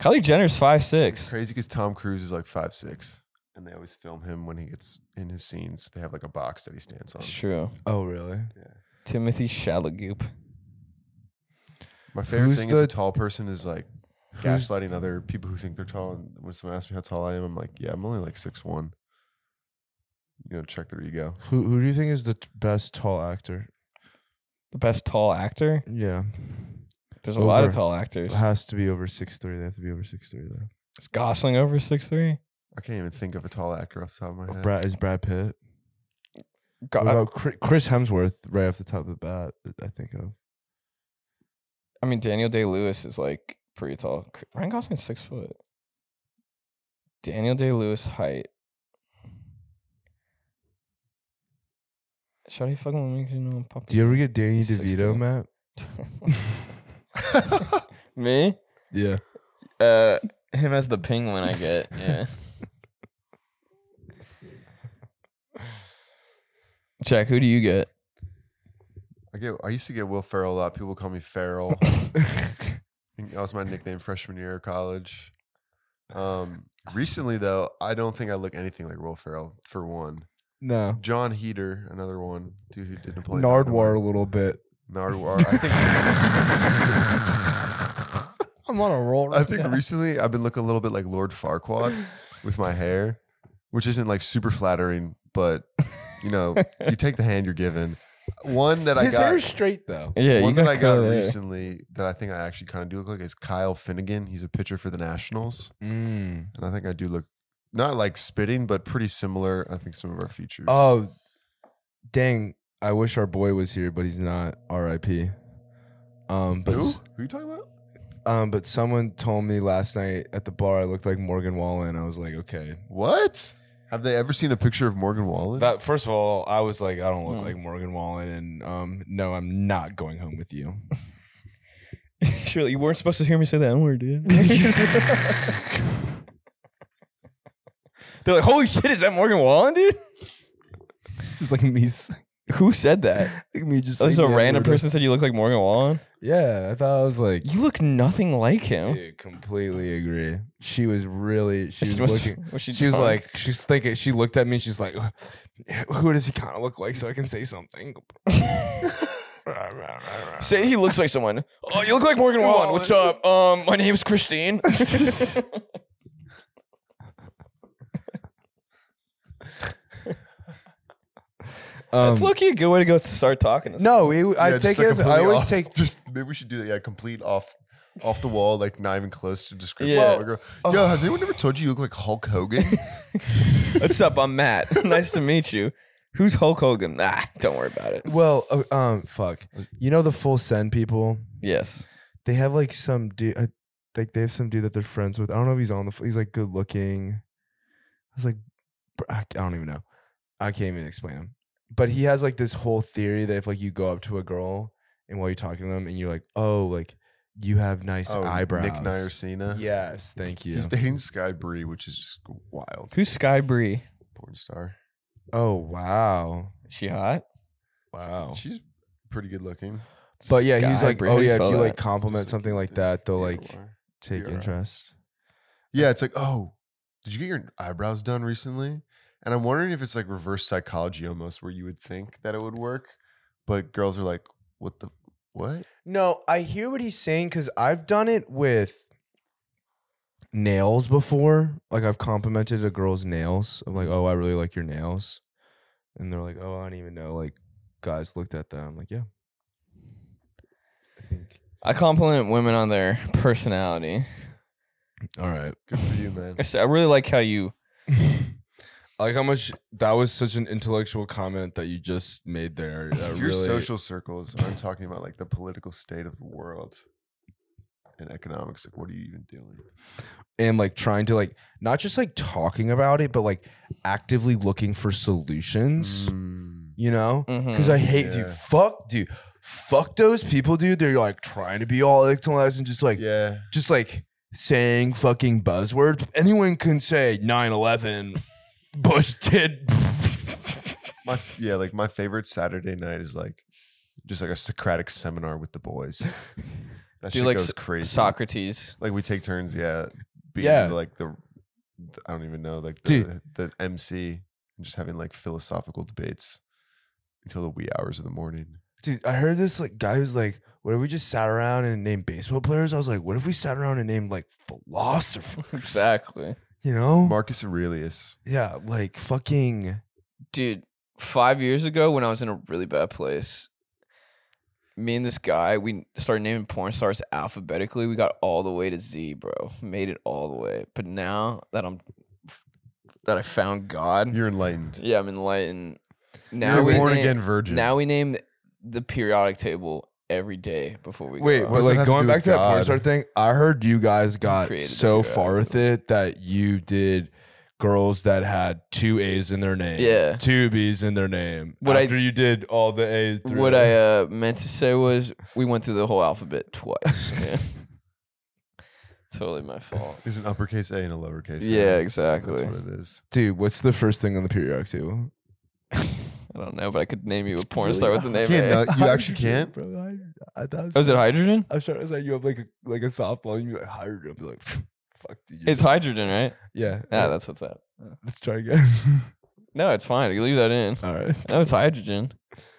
B: Kylie Jenner's five
C: It's
B: six.
C: crazy because Tom Cruise is like five six, and they always film him when he gets in his scenes. They have like a box that he stands on.
B: It's true.
D: Oh, really?
B: Timothy Shalagoop.
C: My favorite
D: Who's
C: thing is
D: the-
C: a tall person is like gaslighting other people who think they're tall. And when someone asks me how tall I am, I'm like, yeah, I'm only like six one. You know, check their ego.
D: Who, who do you think is the t- best tall actor?
B: The best tall actor.
D: Yeah.
B: There's a lot of
D: Over.
B: tall actors.
D: has to be over 6'3. They have to be over 6'3, though.
B: Is Gosling over six three?
C: I can't even think of a tall actor off the top of my head.
D: Brad is Brad Pitt. What about Chri- Chris Hemsworth right off the top of the bat? I think of.
B: I mean, Daniel Day Lewis is like pretty tall. C- Ryan Gosling's six foot. Daniel Day Lewis height. Should I fucking make you know I'm popping?
D: Do you ever get Danny
B: He's 16.
D: DeVito, Matt?
B: Me?
D: Yeah.
B: Uh, him as the penguin, I get. Yeah. Jack, who do you get?
C: I get. I used to get Will Ferrell a lot. People call me Ferrell. think that was my nickname freshman year of college. Um, recently though, I don't think I look anything like Will Ferrell. For one,
D: no.
C: John Heater, another one, dude who didn't play
D: Nardwar a little bit.
C: Nardwar. I think.
D: I'm on a roll.
C: I think recently I've been looking a little bit like Lord Farquaad with my hair, which isn't like super flattering, but you know, you take the hand you're given. One that I
D: His
C: got.
D: hair's straight though.
B: Yeah,
C: one
B: you
C: that I got
B: curly hair.
C: recently that I think I actually kind of do look like is Kyle Finnegan. He's a pitcher for the Nationals.
D: Mm.
C: And I think I do look not like spitting, but pretty similar. I think some of our features.
D: Oh, dang! I wish our boy was here, but he's not. R.I.P. Um, but
C: who?
D: s-
C: Who are you talking about?
D: um, but someone told me last night at the bar I looked like Morgan Wallen. I was like, okay.
C: What? Have they ever seen a picture of Morgan Wallen?
D: That first of all, I was like, I don't look
B: Hmm.
D: like Morgan Wallen, and um, no, I'm not going home with you.
B: Surely you weren't supposed to hear me say that N word, dude. They're like, holy shit, is that Morgan Wallen, dude?
C: It's
E: Just like me, s-
B: Who said that?
E: like me just.
B: Like
E: saying
B: a
E: the
B: random
E: N-word.
B: person said you look like Morgan Wallen.
D: Yeah, I thought I was like,
B: You look nothing like him.
D: dude, completely agree. She was really, she was
B: was-
D: looking.
B: was she
D: she was
B: drunk?
D: like, she's thinking. She looked at me. She's like, who does he kind of look like so I can say something?
B: Say he looks like someone. Oh, you look like Morgan Wallen. What's up? Um, my name's Christine.
D: um,
B: That's lucky a good way to go start talking. to
D: Um, no, it, I
C: Yeah, just
D: take
C: like
D: it as I
C: completely
D: always
C: off-
D: take.
C: just maybe we should do that. Yeah, complete off off the wall, like not even close to description.
B: Yeah.
C: Like, uh,
D: Oh.
C: Yo, has anyone ever told you you look like Hulk Hogan?
B: someone. What's up? I'm Matt. nice to meet you. Who's Hulk Hogan? Nah, don't worry about it.
D: Well, uh, um, fuck. You know the full send people.
B: Yes.
D: They have like some dude. I think they have some dude that they're friends with. I don't know if he's on the. f- He's like good looking. I was like, br- I I don't even know. I can't even explain him. But he has like this whole theory that if like you go up to a girl and while you're talking to them and you're like, oh, like you have nice
C: Oh,
D: eyebrows.
C: Nick Niercina.
D: Yes, thank you.
C: He's dating Sky Bree, which is just wild.
B: Who's Sky Bree?
C: Porn star.
D: oh wow.
B: Is she hot?
D: Wow.
C: She's pretty good looking.
D: But yeah, he's
B: Sky
D: like,
B: Bree.
D: oh
B: How do
D: yeah, if
B: spell
D: you
B: that?
D: like compliment
C: Just,
D: something like
C: the-
D: that, they'll
C: Yeah,
D: like
C: you are.
D: take
C: you're right.
D: interest.
C: Yeah, it's like, oh, did you get your eyebrows done recently? And I'm wondering if it's like reverse psychology almost, where you would think that it would work, but girls are like, what the what?
D: No, I hear what he's saying because I've done it with nails before. Like I've complimented a girl's nails. I'm like, oh, I really like your nails, and they're like, oh, I don't even know. Like guys looked at that. I'm like, yeah. I think.
B: I compliment women on their personality.
D: All right.
C: Good for you, man.
B: I s- I really like how you.
D: I like how much that was such an intellectual comment that you just made there. That
C: Your
D: really-
C: social circles aren't talking about like the political state of the world and economics. Like, what are you even doing?
D: and like trying to like not just like talking about it, but like actively looking for solutions. You know,
B: Mhm.
D: because I hate dude.
C: Mm, Yeah.
D: Fuck, dude. Fuck those people, dude. They're like trying to be all intellectualized and just like,
C: Yeah.
D: just like saying fucking buzzwords. Anyone can say 9-11, Bush did.
C: My yeah, like my favorite Saturday night is like just like a Socratic seminar with the boys. That
B: Do you
C: shit
B: like
C: goes
B: so-
C: crazy.
B: Socrates.
C: Like we take turns, yeah. Being
D: Yeah.
C: like the I don't even know, like the
D: Dude.
C: the MC and just having like philosophical debates until the wee hours of the morning.
D: dude, I heard this like guy who's like, what if we just sat around and named baseball players? I was like, what if we sat around and named like philosophers?
B: Exactly.
D: You know?
C: Marcus Aurelius.
D: yeah, like fucking.
B: dude, five years ago when I was in a really bad place, me and this guy, we started naming porn stars alphabetically. We got all the way to Z, bro. Made it all the way. But now that I'm that I found God,
C: You're enlightened.
B: yeah, I'm enlightened. Now
C: You're a
B: we
C: born
B: name-
C: again virgin.
B: Now we name the periodic table every day before we
D: Wait,
B: go. out.
C: does that
D: but like
C: have to
D: going
C: do
D: back
C: with
D: to that porn
C: God?
D: star thing, I heard you guys got
B: created
D: so
B: it, yeah,
D: far
B: that's
D: with it that you did girls that had two A's in their name,
B: Yeah.
D: two B's in their name.
B: What I-
D: after you did all the A's, through
B: What I uh, meant to say was we went through the whole alphabet twice. yeah. Totally my fault.
C: There's an uppercase A and a lowercase A.
B: Yeah, exactly.
C: That's what it is.
D: dude, what's the first thing on the periodic table?
B: I don't know, but I could name you a porn star with the name.
C: Can't,
B: A.
C: no, Uh, you actually can't.
D: bro. I, I thought
B: Oh, is it hydrogen?
D: I'm sure it's like you have like a, like a softball and you like hired him. Like, fuck, dude. you're
B: It's
D: so-
B: hydrogen, right?
D: Yeah,
B: Yeah, that's what's up.
D: Let's try again.
B: No, it's fine. You leave that in.
D: all right.
B: No, it's hydrogen.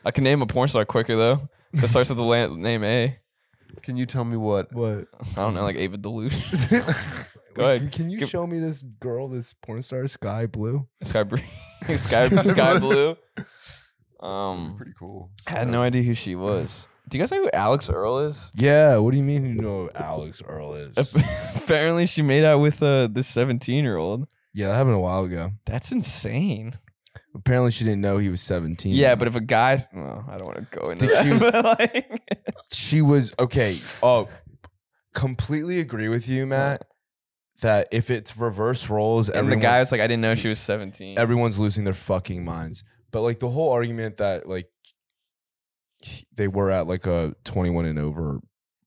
B: I can name a porn star quicker though. That starts with the la- name A.
C: Can you tell me what?
D: What?
B: I don't know, like Ava Deluge, Go
D: Wait,
B: ahead.
D: Can you
B: Give-
D: show me this girl, this porn star, Sky Blue?
B: Sky Bree, Sky Sky Blue. Um,
C: Pretty cool.
B: I had no idea who she was. Do you guys know who Alex Earl is?
D: Yeah, what do you mean you know Alex Earl is?
B: Apparently, she made out with uh, this seventeen-year-old.
D: yeah, that happened a while ago.
B: That's insane.
D: Apparently, she didn't know he was 17.
B: Yeah, but if a guy, well, I don't want to go into
D: Did
B: that.
D: you-
B: but, like,
D: she was okay. Oh, completely agree with you, Matt, that if it's reverse roles,
B: and the
D: everyone,
B: guy was like, I didn't know she was seventeen.
D: everyone's losing their fucking minds. But like the whole argument that like they were at like a 21 and over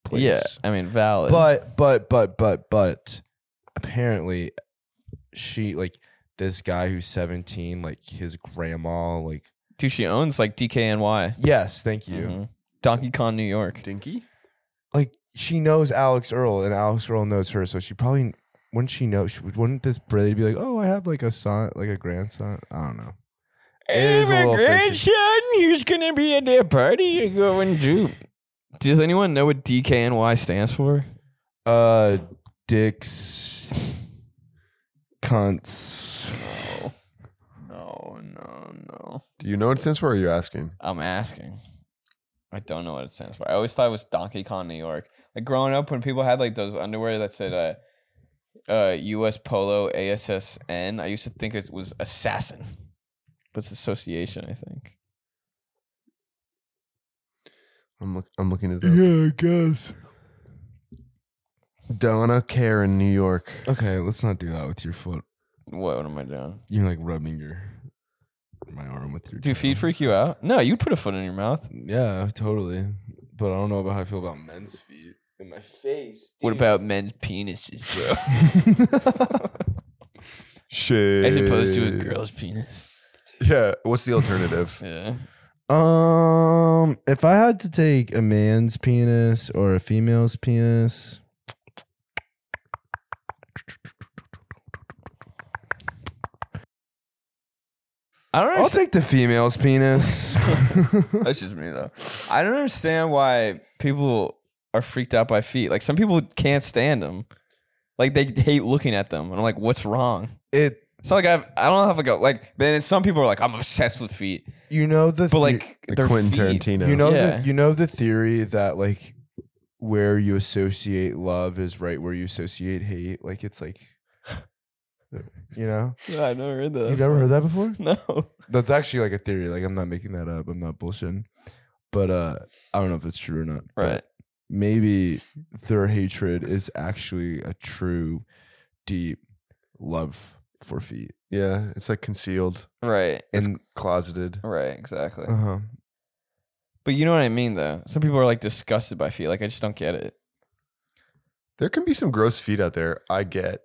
D: place.
B: Yeah, I mean, valid.
D: but but but but but apparently she like this guy who's 17 like his grandma like
B: Dude, she owns like DKNY.
D: Yes, thank you.
B: Mhm. Donkey Kong New York.
C: Dinky?
D: Like she knows Alex Earl, and Alex Earl knows her, so she probably wouldn't she know? She, wouldn't this Brady be like, oh, I have like a son, like a grandson? I don't know. It is a little fishy.
B: who's gonna be at their party you going to. Does anyone know what DKNY stands for?
D: Uh, dicks, cunts.
B: No, no, no.
C: Do you know what it stands for? Or are you asking?
B: I'm asking. I don't know what it stands for. I always thought it was Donkey Kong New York. Like growing up, when people had like those underwear that said uh, uh, U.S. Polo ASSN, I used to think it was assassin, but it's association. I think.
C: I'm look, I'm looking at it.
D: Yeah, I guess.
C: up. Donna Karen, New York.
E: Okay, let's not do that with your foot.
B: What, what am I doing?
E: You're like rubbing your my arm with your.
B: Do feet
E: toe.
B: freak you out? No, you put a foot in your mouth.
E: Yeah, totally. But I don't know about how I feel about men's feet in my face.
B: What about men's penises, bro?
C: Shit.
B: As opposed to a girl's penis.
C: Yeah. What's the alternative?
B: Yeah.
D: Um, if I had to take a man's penis or a female's penis,
B: I don't
D: I'll
B: understand.
D: take the female's penis.
B: That's just me though. I don't understand why people are freaked out by feet. Like some people can't stand them. Like they hate looking at them. And I'm like, what's wrong?
D: it,
B: It's not like I've I don't have like a like then some people are like, I'm obsessed with feet.
D: you know the,
B: But
D: the-
B: like
C: Like
B: their
C: Quentin
B: feet-
C: Tarantino.
D: you know,
B: Yeah.
D: the, you know the theory that like where you associate love is right where you associate hate. Like it's like, you know,
B: Yeah, I never heard that.
D: you've never heard that before.
B: No.
D: That's actually like a theory. Like I'm not making that up. I'm not bullshitting. But uh, I don't know if it's true or not. but
B: Right.
D: maybe their hatred is actually a true deep love for feet
C: Yeah. It's like concealed.
B: Right.
C: It's
D: And-
C: closeted.
B: Right, exactly.
D: uh-huh
B: But you know what I mean though. Some people are like disgusted by feet. Like I just don't get it.
C: There can be some gross feet out there. I get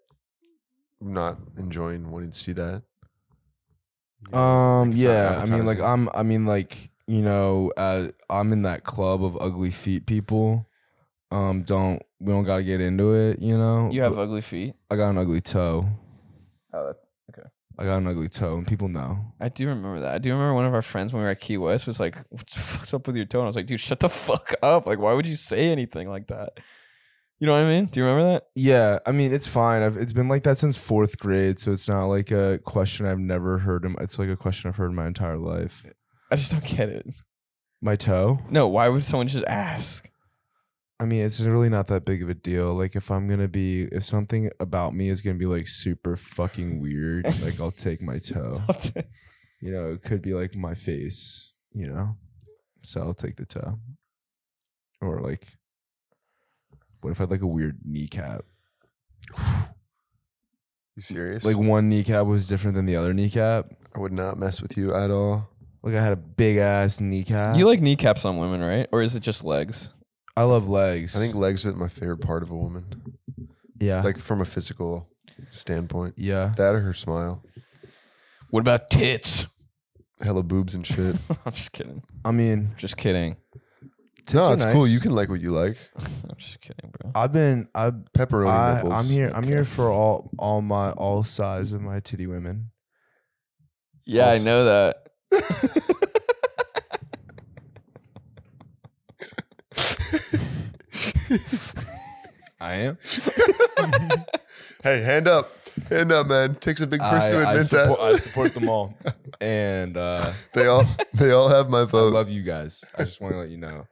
C: not enjoying wanting to see that.
D: um
C: Like, it's not
D: yeah i mean like
C: appetizing.
D: i'm i mean like you know uh i'm in that club of ugly feet people um don't we don't gotta get into it you know
B: You have
D: But
B: ugly feet.
D: I got an ugly toe
B: Oh,
D: i got an ugly toe and people know
B: I do remember that. I do remember one of our friends when we were at Key West was like, "What the fuck's up with your toe?" And I was like, "Dude, shut the fuck up! Like, why would you say anything like that?" You know what I mean? Do you remember that?
D: yeah i mean it's fine I've, it's been like that since fourth grade so it's not like a question i've never heard in- it's like a question i've heard in my entire life
B: I just don't get it.
D: my toe
B: No, why would someone just ask?
D: I mean, it's really not that big of a deal. Like, if I'm gonna be, if something about me is gonna be like super fucking weird, like I'll take my toe. You know, it could be like my face. You know, so I'll take the toe. Or like, what if I had like a weird kneecap?
C: You serious?
D: Like
C: Like
D: one kneecap was different than the other kneecap.
C: I would not mess with you at all.
D: Like I had a big ass kneecap.
B: you like kneecaps on women, right? Or is it just legs?
D: I love legs.
C: I think legs are my favorite part of a woman.
D: Yeah.
C: Like from a physical standpoint.
D: yeah.
C: That or her smile.
B: What about tits?
C: Hella boobs and shit.
B: I'm just kidding.
D: I mean,
B: Just kidding.
D: tits
C: no,
D: are
C: it's cool.
D: nice.
C: You can like what you like.
B: I'm just kidding, bro.
D: I've been. I've
C: Pepperoni
D: I,
C: nipples.
D: I'm here. I'm here
B: Okay.
D: for all all my all size of my titty women.
B: Yeah, I
D: Also-
B: know that.
D: I am.
C: Hey, hand up. Hand up, man. Takes a big person to
D: I,
C: admit
D: support,
C: that.
D: I support them all, and uh,
C: They all they all have my
D: I
C: vote.
D: love you guys. I just want to let you know,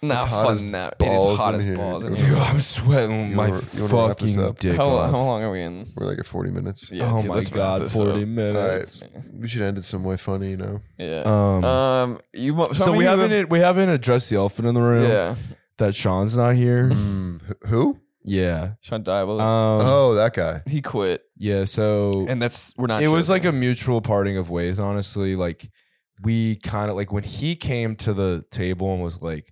B: Nah,
C: hot
B: fuck
C: as
B: that. it
C: balls
B: is hot
C: in
B: as
C: here.
B: balls. in
C: Dude,
B: here.
D: I'm sweating
C: You
D: my
C: wanna- you wanna wrap this
D: fucking
C: up?
D: dick
B: How,
D: off.
B: how long are we in?
C: We're like at 40 minutes.
B: Yeah,
D: oh
B: dude,
D: my
B: let's wrap
D: god,
B: this
D: forty
B: up.
D: minutes.
C: All We should end it some way funny, you know?
B: Yeah.
D: Um,
B: Um, you mo-
D: so we haven't we haven't addressed the elephant in the room.
B: yeah,
D: that Sean's not here.
C: Mm, who?
D: yeah.
B: Sean Diable.
D: Um.
C: oh, that guy.
B: he quit,
D: yeah. So
B: and that's we're not.
D: it was like a mutual parting of ways honestly like we kind of like when he came to the table and was like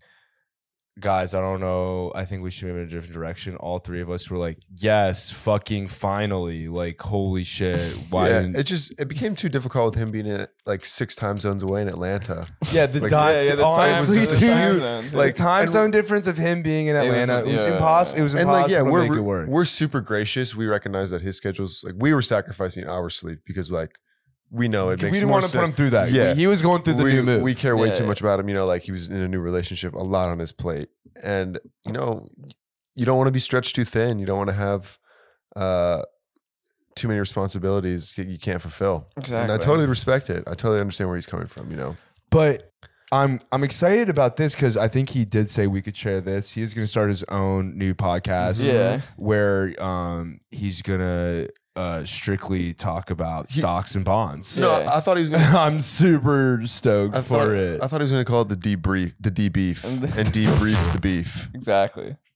D: guys, I don't know. I think we should move in a different direction. All three of us were like, yes, fucking finally. Like, holy shit. Why
C: yeah,
D: didn't
C: it just it became too difficult with him being in like six time zones away in Atlanta.
D: Yeah, the
C: Like,
D: time.
C: yeah, yeah,
D: the
C: the time
D: honestly,
C: zone-
D: dude,
C: time
D: the
C: Like
D: time
C: and-
D: zone difference of him being in
B: was-
D: Atlanta, it was,
B: yeah.
D: impossible. It was
C: and
D: impossible.
C: like yeah,
D: to
C: we're
D: make it work.
C: we're super gracious. We recognize that his schedule's like we were sacrificing hour sleep because like we know it
D: we
C: makes
D: didn't
C: more
D: want to put
C: sense.
D: him through that.
C: Yeah.
D: he was going through the
C: we,
D: new move.
C: we care way
B: Yeah,
C: too
B: yeah.
C: much about him. You know, like he was in a new relationship, a lot on his plate, and you know, you don't want to be stretched too thin. You don't want to have uh, too many responsibilities that you can't fulfill. And I
B: Exactly.
C: totally respect it. I totally understand where he's coming from. You know,
D: But I'm I'm excited about this because I think he did say we could share this. He is going to start his own new podcast.
B: Yeah.
D: where um he's gonna uh strictly talk about stocks and bonds.
C: no,
B: Yeah.
C: I, I thought he was. Gonna,
D: I'm super stoked
C: I
D: for
C: thought,
D: it.
C: I thought he was going to call it the debrief, the debrief,
B: And
C: and
B: the-
C: debrief the beef.
B: Exactly.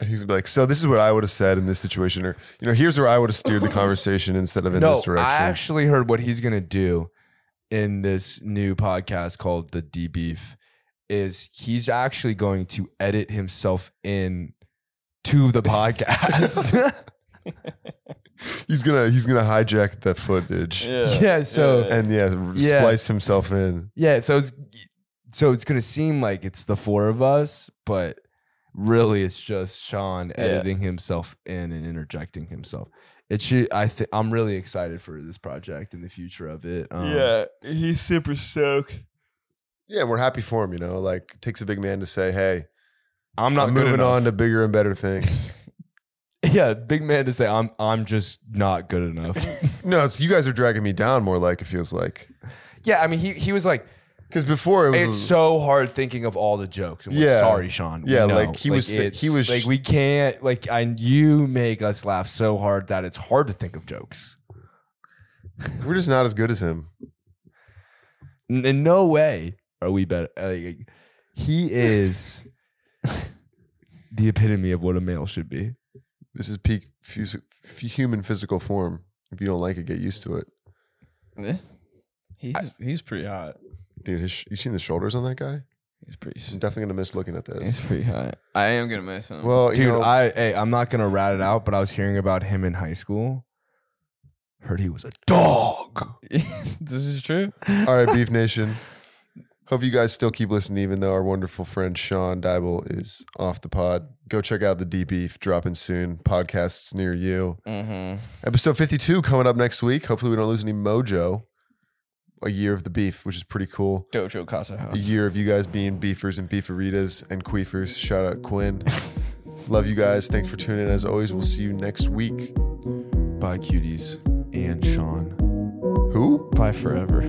C: And he's gonna be like, so this is what I would have said in this situation, or you know, here's where I would have steered the conversation instead of in
D: no,
C: this direction.
D: I actually heard what he's gonna do in this new podcast called the D Beef is he's actually going to edit himself in to the podcast.
C: he's gonna he's gonna hijack the footage
B: Yeah.
D: yeah, so
B: Yeah.
C: and yeah, r-
D: Yeah.
C: splice himself in.
D: Yeah, so it's so it's gonna seem like it's the four of us, but really it's just Sean editing himself in and interjecting himself. It should. I think I'm really excited for this project and the future of it. Um,
B: He's super stoked.
C: Yeah, and we're happy for him. You know, like it takes a big man to say, hey,
D: I'm not
C: I'm moving on to
D: to.
C: bigger and better things.
D: Yeah, big man to say I'm. I'm just not good enough.
C: no, it's you guys are dragging me down more. Like it feels like
D: yeah, I mean he he was like
C: because before it was
D: it's so hard thinking of all the jokes. And we're
C: Yeah.
D: sorry, Sean. We
C: Yeah,
D: know.
C: like, he was thi-
D: it's-
C: he was-
D: like we can't like and you make us laugh so hard that it's hard to think of jokes.
C: we're just not as good as him.
D: N- In no way are we better. uh, Like, he is the epitome of what a male should be.
C: This is peak fus- f- human physical form. If you don't like it, get used to it,
B: He's he's pretty hot.
C: dude. His sh- you seen the shoulders on that guy?
B: He's pretty.
C: I'm definitely gonna miss looking at
B: He's
C: this.
B: pretty hot. I am gonna miss him.
C: Well,
D: Dude,
C: you know,
D: I hey, I'm not gonna rat it out, but I was hearing about him in high school. Heard he was a dog.
B: this is true.
C: All right, Beef Nation. Hope you guys still keep listening, even though our wonderful friend Sean Dybel is off the pod. Go check out the D Beef dropping soon. Podcasts near you.
B: Mm-hmm.
C: Episode 52 coming up next week. Hopefully, we don't lose any mojo. A year of the beef, which is pretty cool.
B: Dojo Casa
C: A
B: House.
C: year of you guys being beefers and beeferitas and queefers. Shout out Quinn. Love you guys. Thanks for tuning in. As always, we'll see you next week.
D: Bye, cuties and Sean.
C: Who?
B: Bye forever.